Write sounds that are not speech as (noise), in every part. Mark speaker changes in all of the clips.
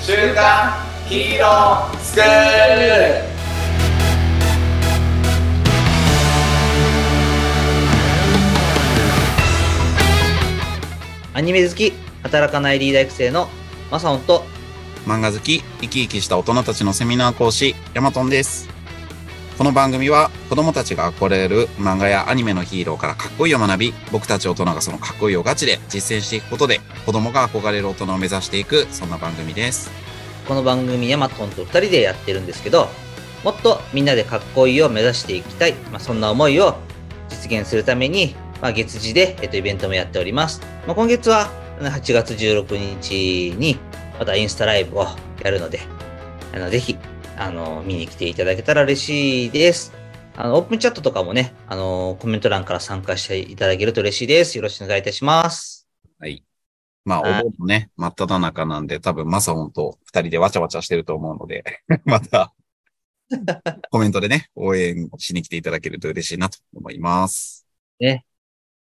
Speaker 1: 週刊ヒーロースクール
Speaker 2: アニメ好き、働かないリーダー育成のマサオンと、
Speaker 3: 漫画好き、生き生きした大人たちのセミナー講師、ヤマトンです。この番組は子供たちが憧れる漫画やアニメのヒーローからかっこいいを学び、僕たち大人がそのかっこいいをガチで実践していくことで、子供が憧れる大人を目指していく、そんな番組です。
Speaker 2: この番組ヤマトンと二人でやってるんですけど、もっとみんなでかっこいいを目指していきたい、まあ、そんな思いを実現するために、まあ、月次で、えっと、イベントもやっております。まあ、今月はうん8月16日にまたインスタライブをやるので、あのぜひあの見に来ていただけたら嬉しいです。あのオープンチャットとかもね、あのコメント欄から参加していただけると嬉しいです。よろしくお願いいたします。
Speaker 3: まあ、お
Speaker 2: はい
Speaker 3: 盆のね、真っ只中なんで、多分マサオンと二人でわちゃわちゃしてると思うので、 (laughs) また、コメントでね、応援しに来ていただけると嬉しいなと思います。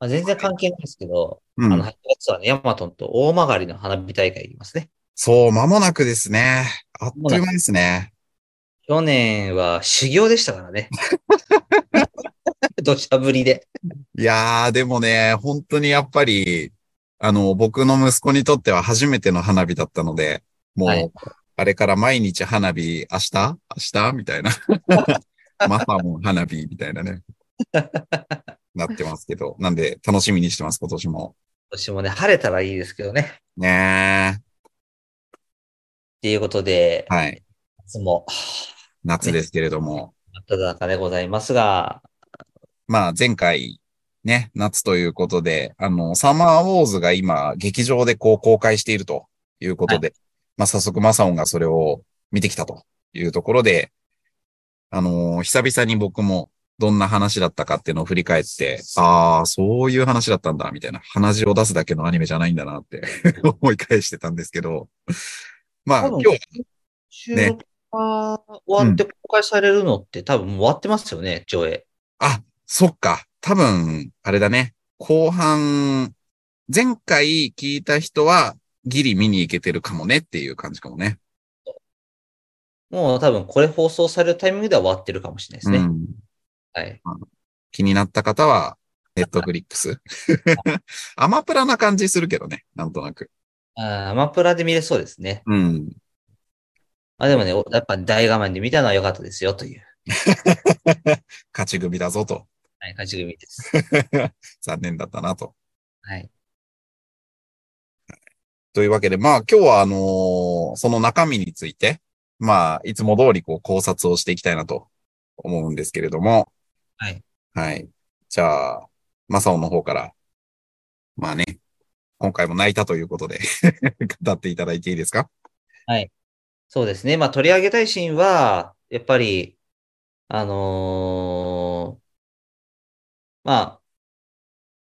Speaker 2: まあ、全然関係ないですけど、
Speaker 3: うん
Speaker 2: あの、8月はね、ヤマトンと大曲の花火大会いますね。
Speaker 3: そう、間もなくですね。あっという間ですね。
Speaker 2: 去年は修行でしたからね。 (laughs) 土砂降りで。
Speaker 3: いやー、でもね、本当にやっぱり、あの、僕の息子にとっては初めての花火だったので、もう、
Speaker 2: はい
Speaker 3: あれから毎日花火、明日明日みたいな。 (laughs) またも花火、みたいな
Speaker 2: (laughs)
Speaker 3: ね。なってますけど。なんで、楽しみにしてます、今年も。
Speaker 2: 今年もね、晴れたらいいですけどね。っ
Speaker 3: ね
Speaker 2: ていうことで、
Speaker 3: ー。はい。
Speaker 2: 夏も、
Speaker 3: 夏ですけれども。
Speaker 2: 真っただ中でございますが、
Speaker 3: まあ前回ね、夏ということで、あの、サマーウォーズが今劇場でこう公開しているということで、まあ早速マサオンがそれを見てきたというところで、あのー久々に僕もどんな話だったかっていうのを振り返って、ああ、そういう話だったんだ、みたいな。鼻血を出すだけのアニメじゃないんだなって (laughs) 思い返してたんですけど、まあ
Speaker 2: 多分
Speaker 3: 今日、
Speaker 2: 収録が終わって公開されるのって、多分もう終わってますよね、上映。
Speaker 3: あ、そっか。多分、あれだね。後半、前回聞いた人は、ギリ見に行けてるかもねっていう感じかもね。
Speaker 2: もう多分これ放送されるタイミングでは終わってるかもしれないですね。
Speaker 3: うん
Speaker 2: はい。
Speaker 3: 気になった方は、ネットフリック
Speaker 2: (laughs)
Speaker 3: ス。アマプラな感じするけどね。なんとなく。
Speaker 2: あーアマプラで見れそうですね。 (laughs)
Speaker 3: うん。
Speaker 2: まあでもね、おやっぱ大画面で見たのは良かったですよという、
Speaker 3: 勝ち組だぞと。
Speaker 2: はい、勝ち組です。 (laughs)
Speaker 3: 残念だったなと。
Speaker 2: はい。
Speaker 3: というわけで、まあ今日はあのーその中身について、まあいつも通りこう考察をしていきたいなと思うんですけれども。
Speaker 2: はい。
Speaker 3: はい。じゃあ、マサオの方から、まあね、今回も泣いたということで、 (laughs) 語っていただいていいですか
Speaker 2: そうですね。まあ取り上げたいシーンは、やっぱり、あのーまあ、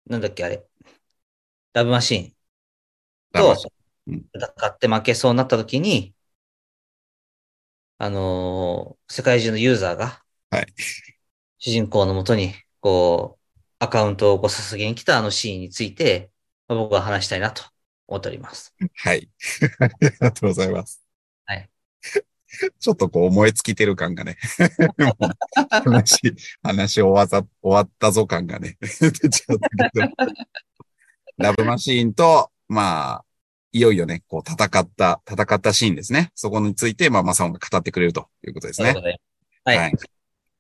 Speaker 2: なんだっけあれ、ラブマシーンと
Speaker 3: ラ
Speaker 2: 戦
Speaker 3: うん
Speaker 2: って負けそうになった時に、あのー世界中のユーザーが、
Speaker 3: はい
Speaker 2: 主人公のもとに、こう、アカウントをこう捧げに来たあのシーンについて、まあ僕は話したいなと思っております。
Speaker 3: はい。ありがとうございます。
Speaker 2: はい。
Speaker 3: ちょっとこう燃え尽きてる感がね。もう話、話終わざ、終わったぞ感がね。 (laughs) 出ちゃったけど。ラブマシーンと、まあ、いよいよね、こう戦った、戦ったシーンですね。そこについて、まあ、マサオが語ってくれるということです
Speaker 2: そういう
Speaker 3: ね
Speaker 2: こ。とではい。
Speaker 3: はい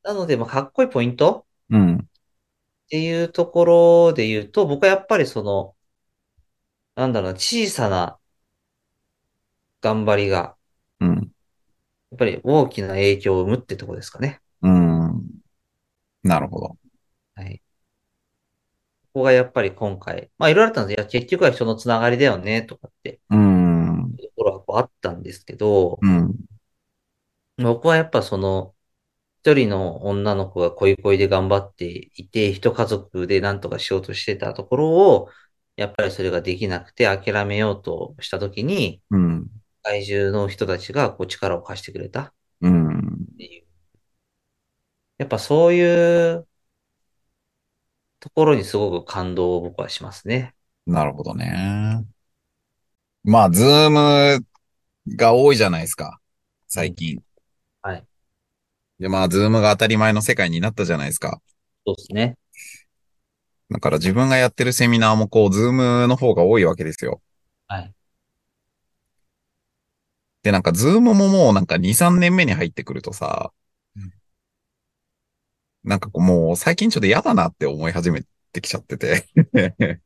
Speaker 2: なので、まあ、かっこいいポイント
Speaker 3: うん。
Speaker 2: っていうところで言うと、僕はやっぱりその、なんだろうな、小さな頑張りが、
Speaker 3: うん。
Speaker 2: やっぱり大きな影響を生むってとこですかね。
Speaker 3: うん。なるほど。
Speaker 2: はい。ここがやっぱり今回、まあいろいろあったんですよ。いや結局は人のつながりだよね、とかって
Speaker 3: うん。
Speaker 2: いうところはこうあったんですけど、
Speaker 3: うん。
Speaker 2: 僕はやっぱその、一人の女の子が恋恋で頑張っていて、一家族で何とかしようとしてたところを、やっぱりそれができなくて諦めようとしたときに、
Speaker 3: うん。
Speaker 2: 世界中の人たちがこう力を貸してくれた。
Speaker 3: うん。
Speaker 2: っていう。やっぱそういうところにすごく感動を僕はしますね。
Speaker 3: なるほどね。まあ、ズームが多いじゃないですか。最近。
Speaker 2: はい。
Speaker 3: で、まあ、ズームが当たり前の世界になったじゃないですか。
Speaker 2: そうですね。
Speaker 3: だから自分がやってるセミナーもこう、ズームの方が多いわけですよ。
Speaker 2: はい。
Speaker 3: で、なんか、ズームももうなんか2、3年目に入ってくるとさ、
Speaker 2: うん
Speaker 3: なんかこうもう最近ちょっと嫌だなって思い始めてきちゃってて。 (laughs)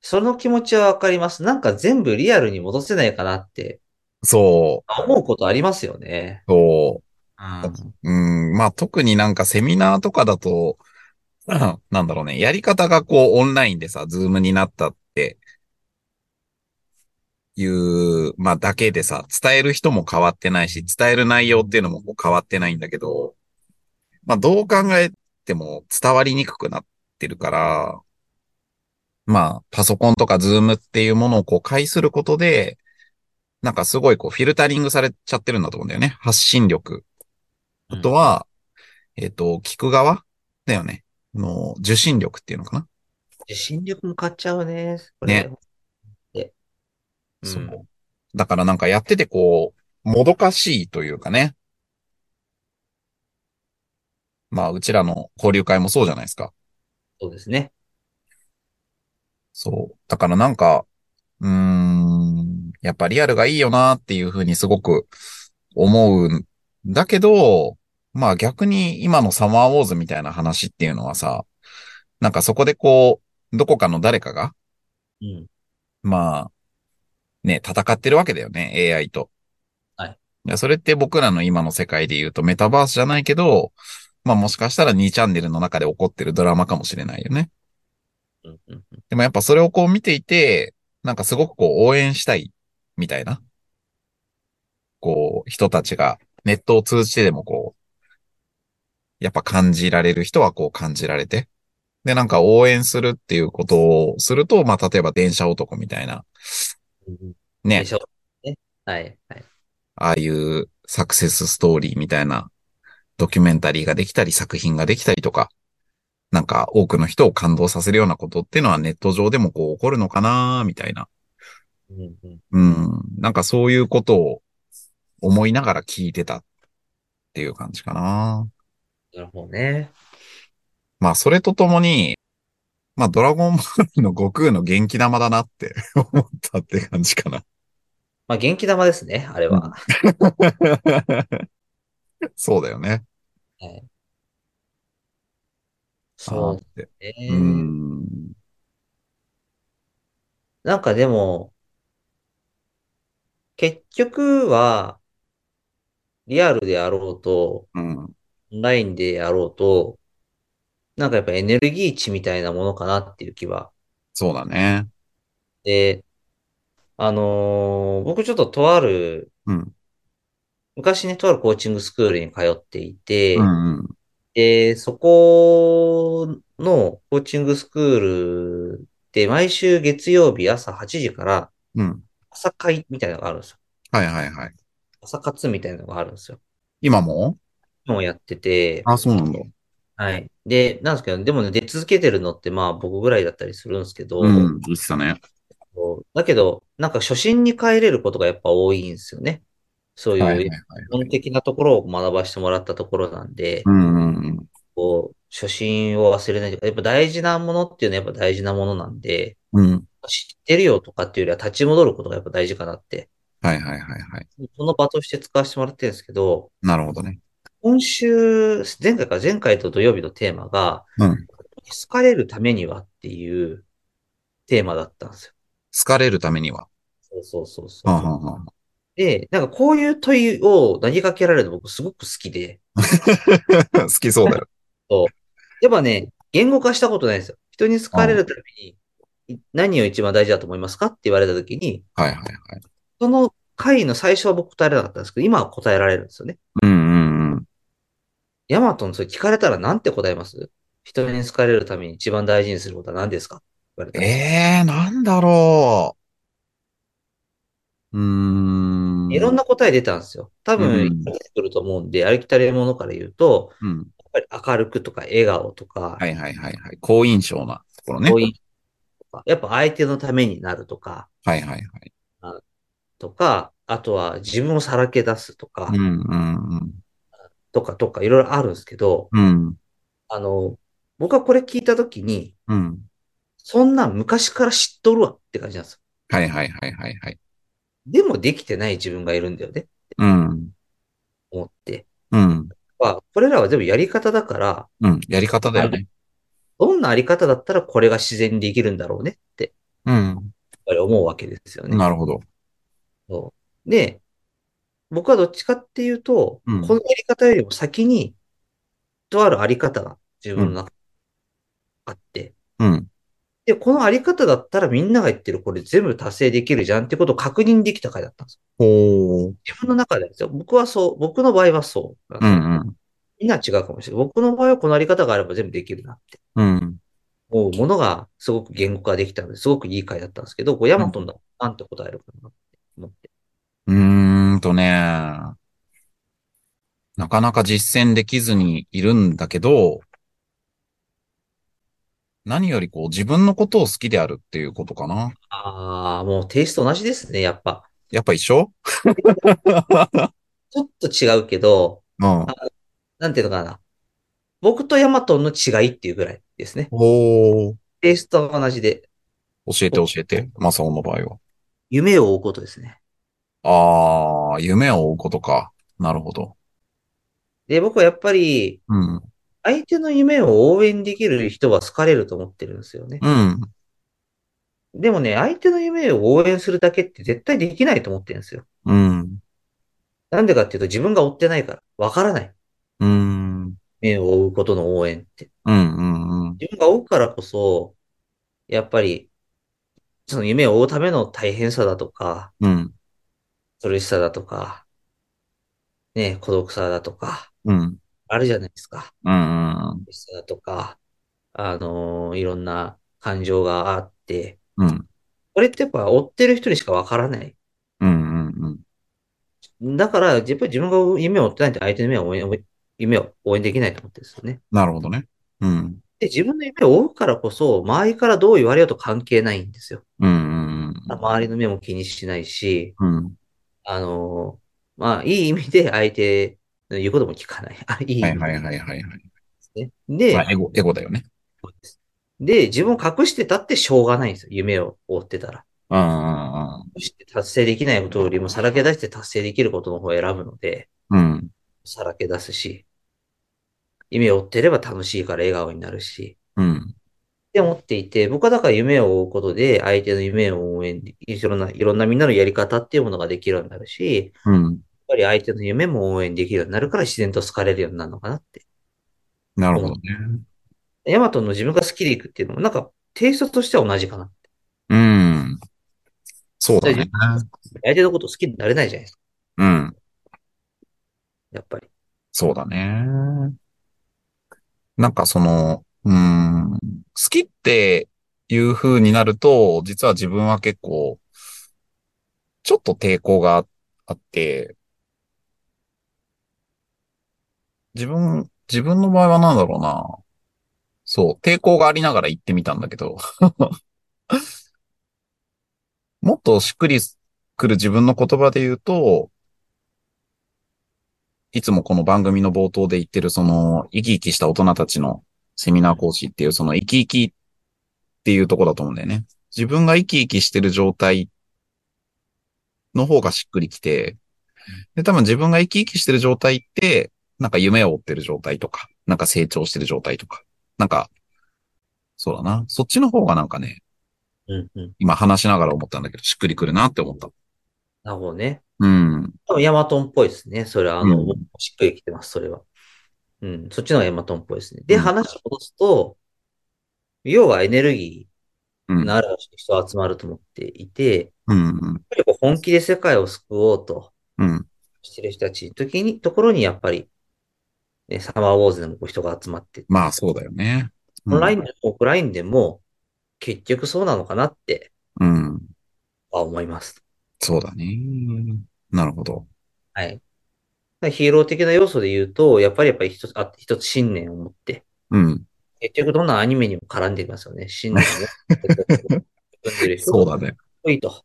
Speaker 2: その気持ちはわかります。なんか全部リアルに戻せないかなって
Speaker 3: そ
Speaker 2: 思うことありますよね。
Speaker 3: う、そうだ
Speaker 2: ん。
Speaker 3: う。うん、まあ特になんかセミナーとかだと、 (clears throat) なんだろうね、やり方がこうオンラインでさ、ズームになったって、いう、まあだけでさ、伝える人も変わってないし、伝える内容っていうのもこう変わってないんだけど、まあどう考えても伝わりにくくなってるから、まあパソコンとかズームっていうものをこう介することで、なんかすごいこうフィルタリングされちゃってるんだと思うんだよね。発信力。あとは、えっ、と、聞く側だよね。あの受信力っていうのかな。
Speaker 2: 自信力も買っちゃうね。こ
Speaker 3: ね
Speaker 2: れ。でうん
Speaker 3: そう。だからなんかやっててこう、もどかしいというかね。まあ、うちらの交流会もそうじゃないですか。
Speaker 2: そうですね。
Speaker 3: そう。だからなんか、うーん、やっぱリアルがいいよなっていうふうにすごく思うんだけど、まあ逆に今のサマーウォーズみたいな話っていうのはさ、なんかそこでこう、どこかの誰かが、
Speaker 2: うん。
Speaker 3: まあ、ね、戦ってるわけだよね、AI と。
Speaker 2: はい
Speaker 3: や。それって僕らの今の世界で言うとメタバースじゃないけど、まあもしかしたら2チャンネルの中で起こってるドラマかもしれないよね。
Speaker 2: うんうんうん
Speaker 3: でもやっぱそれをこう見ていて、なんかすごくこう応援したいみたいな、こう人たちがネットを通じてでもこう、やっぱ感じられる人はこう感じられて、でなんか応援するっていうことをすると、まあ例えば電車男みたいな、
Speaker 2: うん。
Speaker 3: ね
Speaker 2: で、しょね。はい。はい。
Speaker 3: ああいうサクセスストーリーみたいなドキュメンタリーができたり作品ができたりとか、なんか多くの人を感動させるようなことっていうのはネット上でもこう起こるのかなーみたいな。
Speaker 2: うんうん。
Speaker 3: うん。なんかそういうことを思いながら聞いてたっていう感じかな。
Speaker 2: なるほどね。
Speaker 3: まあそれとともに、まあドラゴンボールの悟空の元気玉だなって思ったって感じ
Speaker 2: (laughs)
Speaker 3: かな。
Speaker 2: まあ、元気玉ですね、あれは。
Speaker 3: そうだよね。
Speaker 2: はい。そう
Speaker 3: う。
Speaker 2: ね。
Speaker 3: うん。
Speaker 2: なんかでも、結局は、リアルであろうと、
Speaker 3: うん。
Speaker 2: オンラインであろうと、なんかやっぱエネルギー値みたいなものかなっていう気は。
Speaker 3: そうだね。
Speaker 2: で、あのー僕ちょっととある、
Speaker 3: うん。
Speaker 2: 昔ね、とあるコーチングスクールに通っていて、
Speaker 3: うんうん。
Speaker 2: で、そこのコーチングスクールって毎週月曜日朝8時から
Speaker 3: うん。
Speaker 2: 朝会みたいなのがあるんですよ。
Speaker 3: はいはいはい。
Speaker 2: 朝活みたいなのがあるんですよ。
Speaker 3: 今も
Speaker 2: もうやってて、
Speaker 3: あ、そうなんだ。
Speaker 2: はい。で、なんですけど、でもね、出続けてるのってまあ僕ぐらいだったりするんですけど、
Speaker 3: うん。言ってたね。
Speaker 2: だけど、なんか初心に帰れることがやっぱ多いんですよね。そう
Speaker 3: はいはいいうはい。
Speaker 2: 基本的なところを学ばせてもらったところなんで、
Speaker 3: うんうんうん。
Speaker 2: こう、初心を忘れないというか、やっぱ大事なものっていうのはやっぱ大事なものなんで、
Speaker 3: うん。
Speaker 2: 知ってるよとかっていうよりは立ち戻ることがやっぱ大事かなって、
Speaker 3: はいはいはいはい。
Speaker 2: その場として使わせてもらってるんですけど、
Speaker 3: なるほどね。
Speaker 2: 今週、前回か前回と土曜日のテーマが、
Speaker 3: うん。
Speaker 2: 好かれるためにはっていうテーマだったんですよ。
Speaker 3: 好かれるためには。
Speaker 2: そうそうそうそう。
Speaker 3: はあはあはあ
Speaker 2: で、なんかこういう問いを投げかけられるの僕すごく好きで、
Speaker 3: 好きそうだよ。
Speaker 2: やっぱね、言語化したことないんですよ。人に好かれるためにい何を一番大事だと思いますかって言われたときに、
Speaker 3: はいはいはい。
Speaker 2: その回の最初は僕答えられなかったんですけど、今は答えられるんですよね。
Speaker 3: うんうんうん。
Speaker 2: ヤマトのそれ聞かれたらなんて答えます人に好かれるために一番大事にすることは何ですか言われたら。
Speaker 3: ええー、なんだろう。うーん。
Speaker 2: いろんな答え出たんですよ。多
Speaker 3: うん
Speaker 2: 分、出てくると思うんで、ありきたりなものから言うと、
Speaker 3: うん。
Speaker 2: やっぱり明るくとか笑顔とか、
Speaker 3: はいはいはいはい。好印象なところね。
Speaker 2: こういうとかやっぱ相手のためになるとか、
Speaker 3: はいはいはい。
Speaker 2: とか、あとは自分をさらけ出すとか
Speaker 3: う、ん、うん、
Speaker 2: とかとかいろいろあるんですけど、
Speaker 3: うん。
Speaker 2: あの、僕はこれ聞いたときに、
Speaker 3: うん。
Speaker 2: そんなん昔から知っとるわって感じなんですよ。
Speaker 3: はいはいはいはいはい。
Speaker 2: でもできてない自分がいるんだよね、
Speaker 3: うん。
Speaker 2: 思って。
Speaker 3: うん。
Speaker 2: まあ、これらは全部やり方だから、
Speaker 3: うん。やり方だよね。
Speaker 2: どんなあり方だったらこれが自然にできるんだろうねって、
Speaker 3: うん。
Speaker 2: やっぱり思うわけですよね。
Speaker 3: なるほど。
Speaker 2: そうで、僕はどっちかっていうと、
Speaker 3: うん
Speaker 2: このやり方よりも先に、とあるあり方が自分の中にあって、
Speaker 3: うん。
Speaker 2: で、このあり方だったらみんなが言ってるこれ全部達成できるじゃんってことを確認できた回だったんですよ。
Speaker 3: ほう。
Speaker 2: 自分の中でですよ。僕はそう、僕の場合はそうなん
Speaker 3: う
Speaker 2: ですよ。
Speaker 3: ん
Speaker 2: みんな違うかもしれない。僕の場合はこのあり方があれば全部できるなって。
Speaker 3: うん。うん。
Speaker 2: もうものがすごく言語化できたので、すごくいい回だったんですけど、こうヤマトンだ、なんて答えるかなって思って。
Speaker 3: うーんとね。なかなか実践できずにいるんだけど、何よりこう自分のことを好きであるっていうことかな。
Speaker 2: ああ、もうテイスト同じですね、やっぱ。
Speaker 3: やっぱ一緒
Speaker 2: ちょっと違うけど、
Speaker 3: うん。
Speaker 2: なんていうのかな。僕とヤマトンの違いっていうぐらいですね。
Speaker 3: ほう。
Speaker 2: テイストは同じで、
Speaker 3: 教えて教えて。マサオの場合は。
Speaker 2: 夢を追うことですね。
Speaker 3: ああ、夢を追うことか。なるほど。
Speaker 2: で、僕はやっぱり、
Speaker 3: うん。
Speaker 2: 相手の夢を応援できる人は好かれると思ってるんですよね。
Speaker 3: うん。
Speaker 2: でもね、相手の夢を応援するだけって絶対できないと思ってるんですよ。
Speaker 3: うん。
Speaker 2: なんでかっていうと自分が追ってないから、わからない。
Speaker 3: うん。うん。
Speaker 2: 夢を追うことの応援って。
Speaker 3: うん。うん。
Speaker 2: 自分が追うからこそ、やっぱり、その夢を追うための大変さだとか、
Speaker 3: うん。
Speaker 2: 苦しさだとか、ね、孤独さだとか、
Speaker 3: うん。
Speaker 2: あるじゃないですか。
Speaker 3: うん。
Speaker 2: 苦しさだとか、あのーいろんな感情があって、
Speaker 3: うん。
Speaker 2: これってやっぱ追ってる人にしかわからない。
Speaker 3: うん。うん。
Speaker 2: だから、やっぱり自分が夢を追ってないと相手の夢を応援夢を応援できないと思ってるんですよね。
Speaker 3: なるほどね。うん。
Speaker 2: で、自分の夢を追うからこそ、周りからどう言われようと関係ないんですよ。
Speaker 3: うん。
Speaker 2: 周りの目も気にしないし、
Speaker 3: うん。
Speaker 2: あのーまあ、いい意味で相手の言うことも聞かない。あ、いい意
Speaker 3: はい
Speaker 2: 味
Speaker 3: はい
Speaker 2: で
Speaker 3: はいはいはい。
Speaker 2: すね。で、
Speaker 3: まあ、エゴ、エゴだよね。
Speaker 2: そうですで、自分を隠してたってしょうがないんですよ。夢を追ってたら。
Speaker 3: うん。うん
Speaker 2: 隠して達成できないことよりも、さらけ出して達成できることの方を選ぶので、
Speaker 3: うん。うん
Speaker 2: さらけ出すし、夢を追ってれば楽しいから笑顔になるし、
Speaker 3: うん。
Speaker 2: って思っていて、僕はだから夢を追うことで、相手の夢を応援できいろんな、いろんなみんなのやり方っていうものができるようになるし、やっ
Speaker 3: うん。
Speaker 2: ぱり相手の夢も応援できるようになるから自然と好かれるようになるのかなって。
Speaker 3: なるほどね。
Speaker 2: ヤマトの自分が好きでいくっていうのも、なんか、テイストとしては同じかな。
Speaker 3: うん。そうだね。
Speaker 2: 相手のこと好きになれないじゃないですか。
Speaker 3: うん。
Speaker 2: やっぱり。
Speaker 3: そうだね。なんかその、うーん、好きっていう風になると、実は自分は結構、ちょっと抵抗があって、自分、自分の場合はなんだろうな。そう、抵抗がありながら行ってみたんだけど、 (laughs) もっとしっくりくる自分の言葉で言うと、いつもこの番組の冒頭で言ってる、その、生き生きした大人たちのセミナー講師っていう、その生き生きっていうとこだと思うんだよね。自分が生き生きしてる状態の方がしっくりきて、で、多分自分が生き生きしてる状態って、なんか夢を追ってる状態とか、なんか成長してる状態とか、なんか、そうだな。そっちの方がなんかね、
Speaker 2: うんうん。
Speaker 3: 今話しながら思ったんだけど、しっくりくるなって思った。
Speaker 2: なるほどね。
Speaker 3: うん。
Speaker 2: 多分ヤマトンっぽいですね。それは、あ
Speaker 3: う
Speaker 2: の、
Speaker 3: ん
Speaker 2: 僕もしっくりきてます、それは。うん、そっちの方がヤマトンっぽいですね。で、
Speaker 3: うん
Speaker 2: 話を戻すと、要はエネルギ
Speaker 3: う
Speaker 2: ー
Speaker 3: ん。
Speaker 2: のある人が集まると思っていて、やっ
Speaker 3: うん。
Speaker 2: ぱりこう本気で世界を救おうと
Speaker 3: うん。
Speaker 2: してる人たちの時に、ところにやっぱり、ね、サマーウォーズでもこう人が集まって、
Speaker 3: まあ、そうだよね。
Speaker 2: オンラインでもオフラインでも、結局そうなのかなって
Speaker 3: うん。
Speaker 2: は思います。
Speaker 3: そうだね。なるほど。
Speaker 2: はい。だからヒーロー的な要素で言うと、やっぱりやっぱり一つ、あ一つ信念を持って、
Speaker 3: うん。
Speaker 2: 結局どんなアニメにも絡んできますよ
Speaker 3: (laughs)
Speaker 2: ね。信念をね。組んでる人
Speaker 3: そうだね。
Speaker 2: 多いと。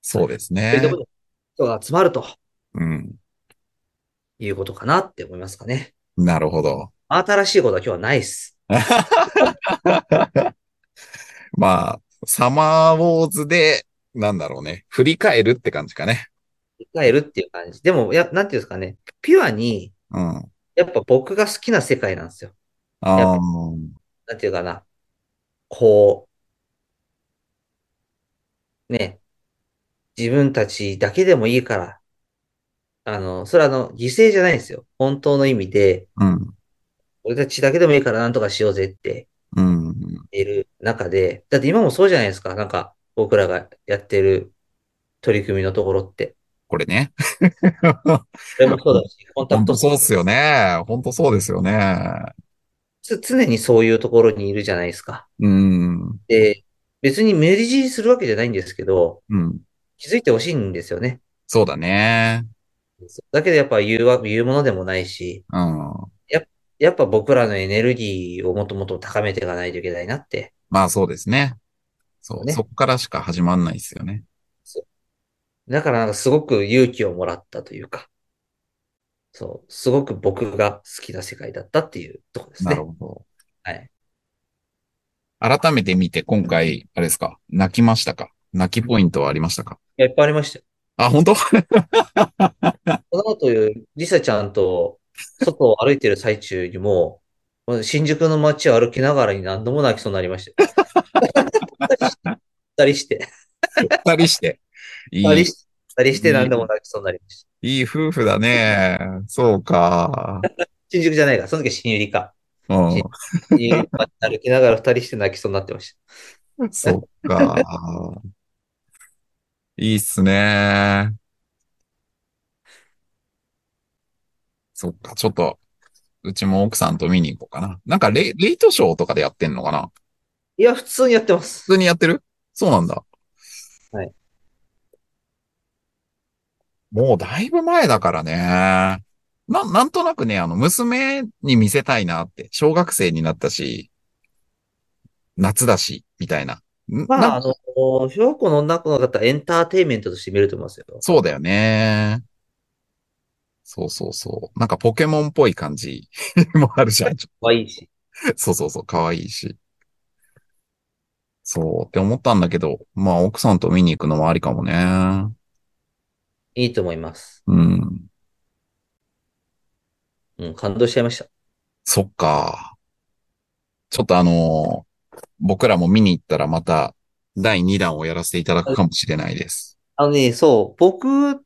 Speaker 3: そうです
Speaker 2: というと
Speaker 3: ね
Speaker 2: こ。ろで、人が集まると
Speaker 3: うん。
Speaker 2: いうことかなって思いますかね。
Speaker 3: なるほど。
Speaker 2: 新しいことは今日はないです。
Speaker 3: まあ、サマーウォーズで、なんだろうね。振り返るって感じかね。
Speaker 2: 振り返るっていう感じ。でも、や、なんていうんですかね。ピュアに、
Speaker 3: うん。あ
Speaker 2: やっぱ僕が好きな世界なんですよ。
Speaker 3: あー、
Speaker 2: なんていうかな。こう、ね、自分たちだけでもいいから、あの、それはあの、犠牲じゃないですよ。本当の意味で、
Speaker 3: うん。
Speaker 2: 俺たちだけでもいいからなんとかしようぜって
Speaker 3: うん。
Speaker 2: 言ってる中で、だって今もそうじゃないですか。なんか、僕らがやってる取り組みのところって。
Speaker 3: これね。
Speaker 2: それもそうだし、コンタ
Speaker 3: 本
Speaker 2: クト
Speaker 3: 当そうっすよね。本当そうですよね。
Speaker 2: つ常にそういうところにいるじゃないですか。
Speaker 3: うん。
Speaker 2: で、別に無理強いするわけじゃないんですけど、
Speaker 3: うん。
Speaker 2: 気づいてほしいんですよね。
Speaker 3: そうだね。
Speaker 2: だけどやっぱ言うわ言うものでもないし、
Speaker 3: うん。
Speaker 2: やっぱ僕らのエネルギーをもともと高めていかないといけないなって。
Speaker 3: まあそうですね。そう。
Speaker 2: ね
Speaker 3: そっからしか始まんないですよね。
Speaker 2: だからなんかすごく勇気をもらったというか、そう、すごく僕が好きな世界だったっていうところです
Speaker 3: な
Speaker 2: ね
Speaker 3: る。ほど。
Speaker 2: はい。
Speaker 3: 改めて見て、今回、あれですか、泣きましたか泣きポイントはありましたか
Speaker 2: いやいっぱいありましたよ。
Speaker 3: あ、本当
Speaker 2: この後、リサちゃんと外を歩いてる最中にも、新宿の街を歩きながらに何度も泣きそうになり
Speaker 3: (laughs)
Speaker 2: ましたよ。二人して、
Speaker 3: 二人
Speaker 2: (laughs)
Speaker 3: して。い
Speaker 2: 二人
Speaker 3: い
Speaker 2: し、て、二人して何度も泣きそうになりました。
Speaker 3: いい夫婦だね。そうか。
Speaker 2: 新宿じゃないか、その時新百合か。
Speaker 3: うん。
Speaker 2: 新百合街歩きながら二人して泣きそうになってました。 (laughs)
Speaker 3: そうか。いいっすね。そっか、ちょっと、うちも奥さんと見に行こうかな。なんかレ、レイトショーとかでやってんのかない
Speaker 2: や、普通にやってます。
Speaker 3: 普通にやってるそうなんだ。
Speaker 2: はい。
Speaker 3: もうだいぶ前だからね。な、なんとなくね、あの、娘に見せたいなって。小学生になったし、夏だし、みたいな。ん
Speaker 2: ま
Speaker 3: なん
Speaker 2: あ、あの、小学校の女の子の方はエンターテインメントとして見ると思いますよ。
Speaker 3: そうだよね。そうそうそう。なんかポケモンっぽい感じ (laughs) もあるじゃん。
Speaker 2: 可愛いし。
Speaker 3: そうそうそう、可愛いし。そうって思ったんだけど、まあ奥さんと見に行くのもありかもね。
Speaker 2: いいと思います。
Speaker 3: うん。
Speaker 2: うん、感動しちゃいました。
Speaker 3: そっか。ちょっとあのー僕らも見に行ったらまた第2弾をやらせていただくかもしれないです。
Speaker 2: あのね、そう、僕、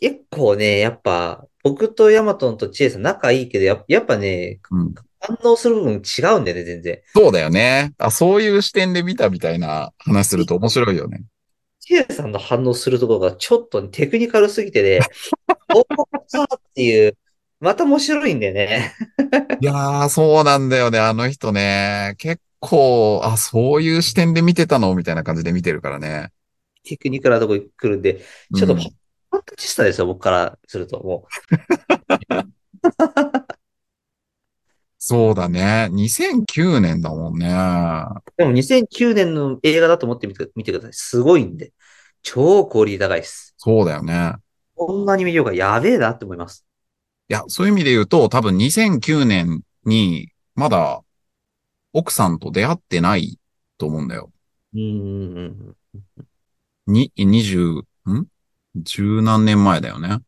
Speaker 2: 結構ね、やっぱ、僕とヤマトンとチエさん仲いいけど、やっやっぱね、
Speaker 3: うん。
Speaker 2: 反応する部分違うんだよね、全然。
Speaker 3: そうだよね。あ、そういう視点で見たみたいな話すると面白いよ
Speaker 2: (laughs)
Speaker 3: ね。
Speaker 2: チエさんの反応するところがちょっとテクニカルすぎて
Speaker 3: (laughs)
Speaker 2: ね、おおさーっていう、また面白いんだよね。
Speaker 3: いやー、そうなんだよね、あの人ね。結構、あ、そういう視点で見てたのみたいな感じで見てるからね。
Speaker 2: テクニカルなとこ来るんで、ちょっと
Speaker 3: うん
Speaker 2: ファンタジスタですよ、僕からすると。も
Speaker 3: そうだね。2009年だもんね。
Speaker 2: う。でも2009年の映画だと思ってみて見てください。すごいんで。超クオリティ高いです。
Speaker 3: そうだよね。
Speaker 2: こんなに魅力がやべえなって思います。
Speaker 3: いや、そういう意味で言うと、多分2009年に、まだ、奥さんと出会ってないと思うんだよ。
Speaker 2: うんうんうん。
Speaker 3: に、20、ん十何年前だよね。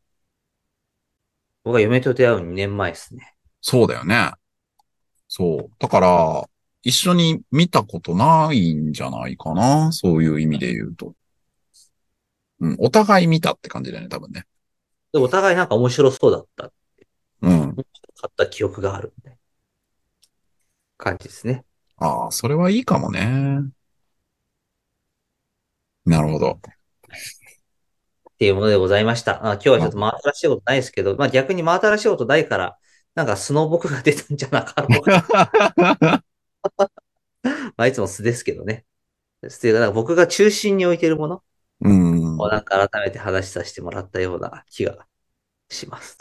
Speaker 2: 僕は嫁と出会う2年前ですね。
Speaker 3: そうだよね。そう。だから、一緒に見たことないんじゃないかな。そういう意味で言うと。うん。お互い見たって感じだよね、多分ね。
Speaker 2: で、お互いなんか面白そうだった。
Speaker 3: うん。
Speaker 2: 買った記憶があるみたいな感じですね。
Speaker 3: ああ、それはいいかもね。なるほど。
Speaker 2: っていうものでございました。あ今日はちょっと真新しいことないですけど、まあ逆に真新しいことないから、なんか素の僕が出たんじゃなかろうか。 (laughs) まあいつも素ですけどね。素というか、なんか僕が中心に置いてるもの
Speaker 3: うん。
Speaker 2: をなんか改めて話しさせてもらったような気がします。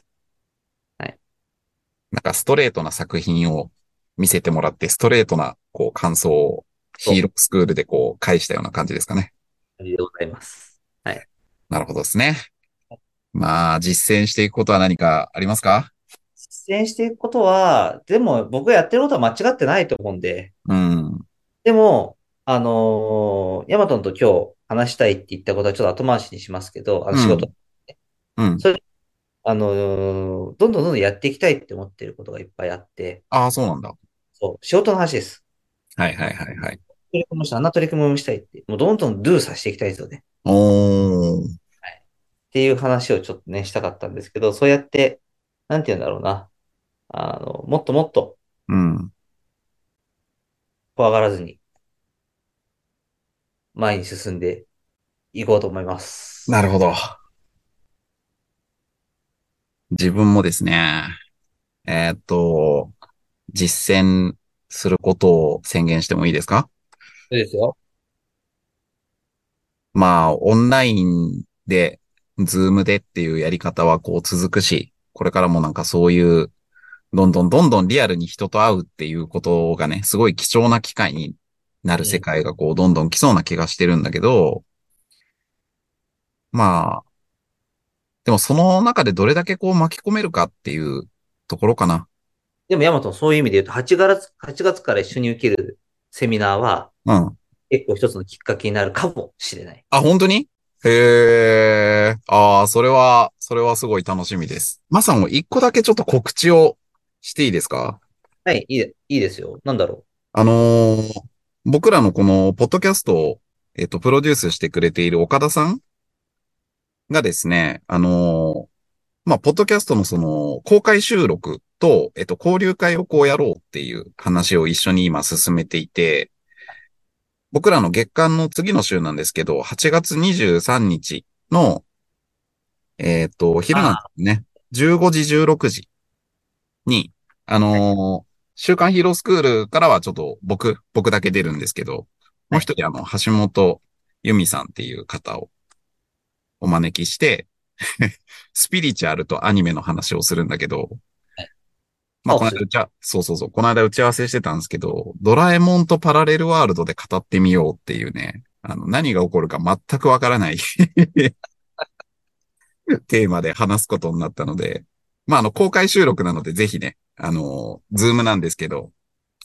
Speaker 3: なんかストレートな作品を見せてもらって、ストレートな、こう、感想をヒーロースクールでこう、返したような感じですかね。
Speaker 2: ありがとうございます。
Speaker 3: なるほどですね。まあ、実践していくことは何かありますか
Speaker 2: 実践していくことは、でも僕がやってることは間違ってないと思うんで、
Speaker 3: うん。
Speaker 2: でも、あのーヤマトンと今日話したいって言ったことはちょっと後回しにしますけど、あの
Speaker 3: うん
Speaker 2: 仕事、
Speaker 3: うん。
Speaker 2: あのーどんどんどんどんやっていきたいって思ってることがいっぱいあって、
Speaker 3: ああ、そうなんだ。
Speaker 2: そう、仕事の話です。
Speaker 3: はいはいはいはい。
Speaker 2: 取り組みをした、あんな取り組みをしたいって、もうどんどんドゥさせていきたいですよね。
Speaker 3: おー。
Speaker 2: っていう話をちょっとね、したかったんですけど、そうやって、なんて言うんだろうな。あの、もっともっと
Speaker 3: うん。
Speaker 2: 怖がらずに、前に進んでいこうと思います。
Speaker 3: なるほど。自分もですね、えーっと、実践することを宣言してもいいですか
Speaker 2: そうですよ。
Speaker 3: まあ、オンラインで、ズームでっていうやり方はこう続くし、これからもなんかそういう、どんどんどんどんリアルに人と会うっていうことがね、すごい貴重な機会になる世界がこうどんどん来そうな気がしてるんだけど、まあ、でもその中でどれだけこう巻き込めるかっていうところかな。
Speaker 2: でも、ヤマトン、そういう意味で言うと、8月、8月から一緒に受けるセミナーは、
Speaker 3: うん。
Speaker 2: 結構一つのきっかけになるかもしれない。
Speaker 3: あ、本当にへえ、ああ、それは、それはすごい楽しみです。まさんも一個だけちょっと告知をしていいですか
Speaker 2: はい、いい、いいですよ。なんだろ
Speaker 3: あのー僕らのこの、ポッドキャストを、えっと、プロデュースしてくれている岡田さんがですね、あのーまあ、ポッドキャストのその、公開収録と、えっと、交流会をこうやろうっていう話を一緒に今進めていて、僕らの月間の次の週なんですけど、8月23日の、えっと、昼なんですね、15時16時に、あのー週刊ヒーロースクールからはちょっと僕、僕だけ出るんですけど、もう一人あの、橋本由美さんっていう方をお招きして、 (laughs) スピリチュアルとアニメの話をするんだけど、まあ、
Speaker 2: あ
Speaker 3: この間打ち合そうそうそう、この間打ち合わせしてたんですけど、ドラえもんとパラレルワールドで語ってみようっていうね、あの、何が起こるか全くわからない (laughs) テーマで話すことになったので、まあ、あの、公開収録なので、ぜひね、あの、ズームなんですけど、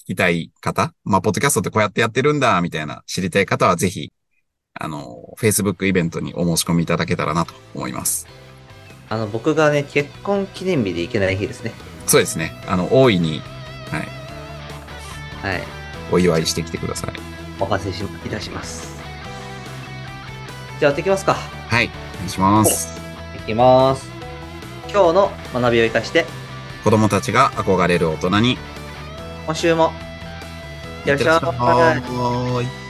Speaker 3: 聞きたい方、まあ、ポッドキャストってこうやってやってるんだ、みたいな知りたい方は、ぜひ、あの、Facebook イベントにお申し込みいただけたらなと思います。
Speaker 2: う。あの、僕がね、結婚記念日で行けない日ですね。
Speaker 3: そうですね。あの、大いに
Speaker 2: はい。
Speaker 3: お祝いしてきてください。
Speaker 2: お任せしいたします。じゃあ、やっていきますか。
Speaker 3: はい。お願いします。
Speaker 2: いきます。今日の学びを生かして、
Speaker 3: 子供たちが憧れる大人に。
Speaker 2: 今週も、よろしくお願いします。
Speaker 3: い。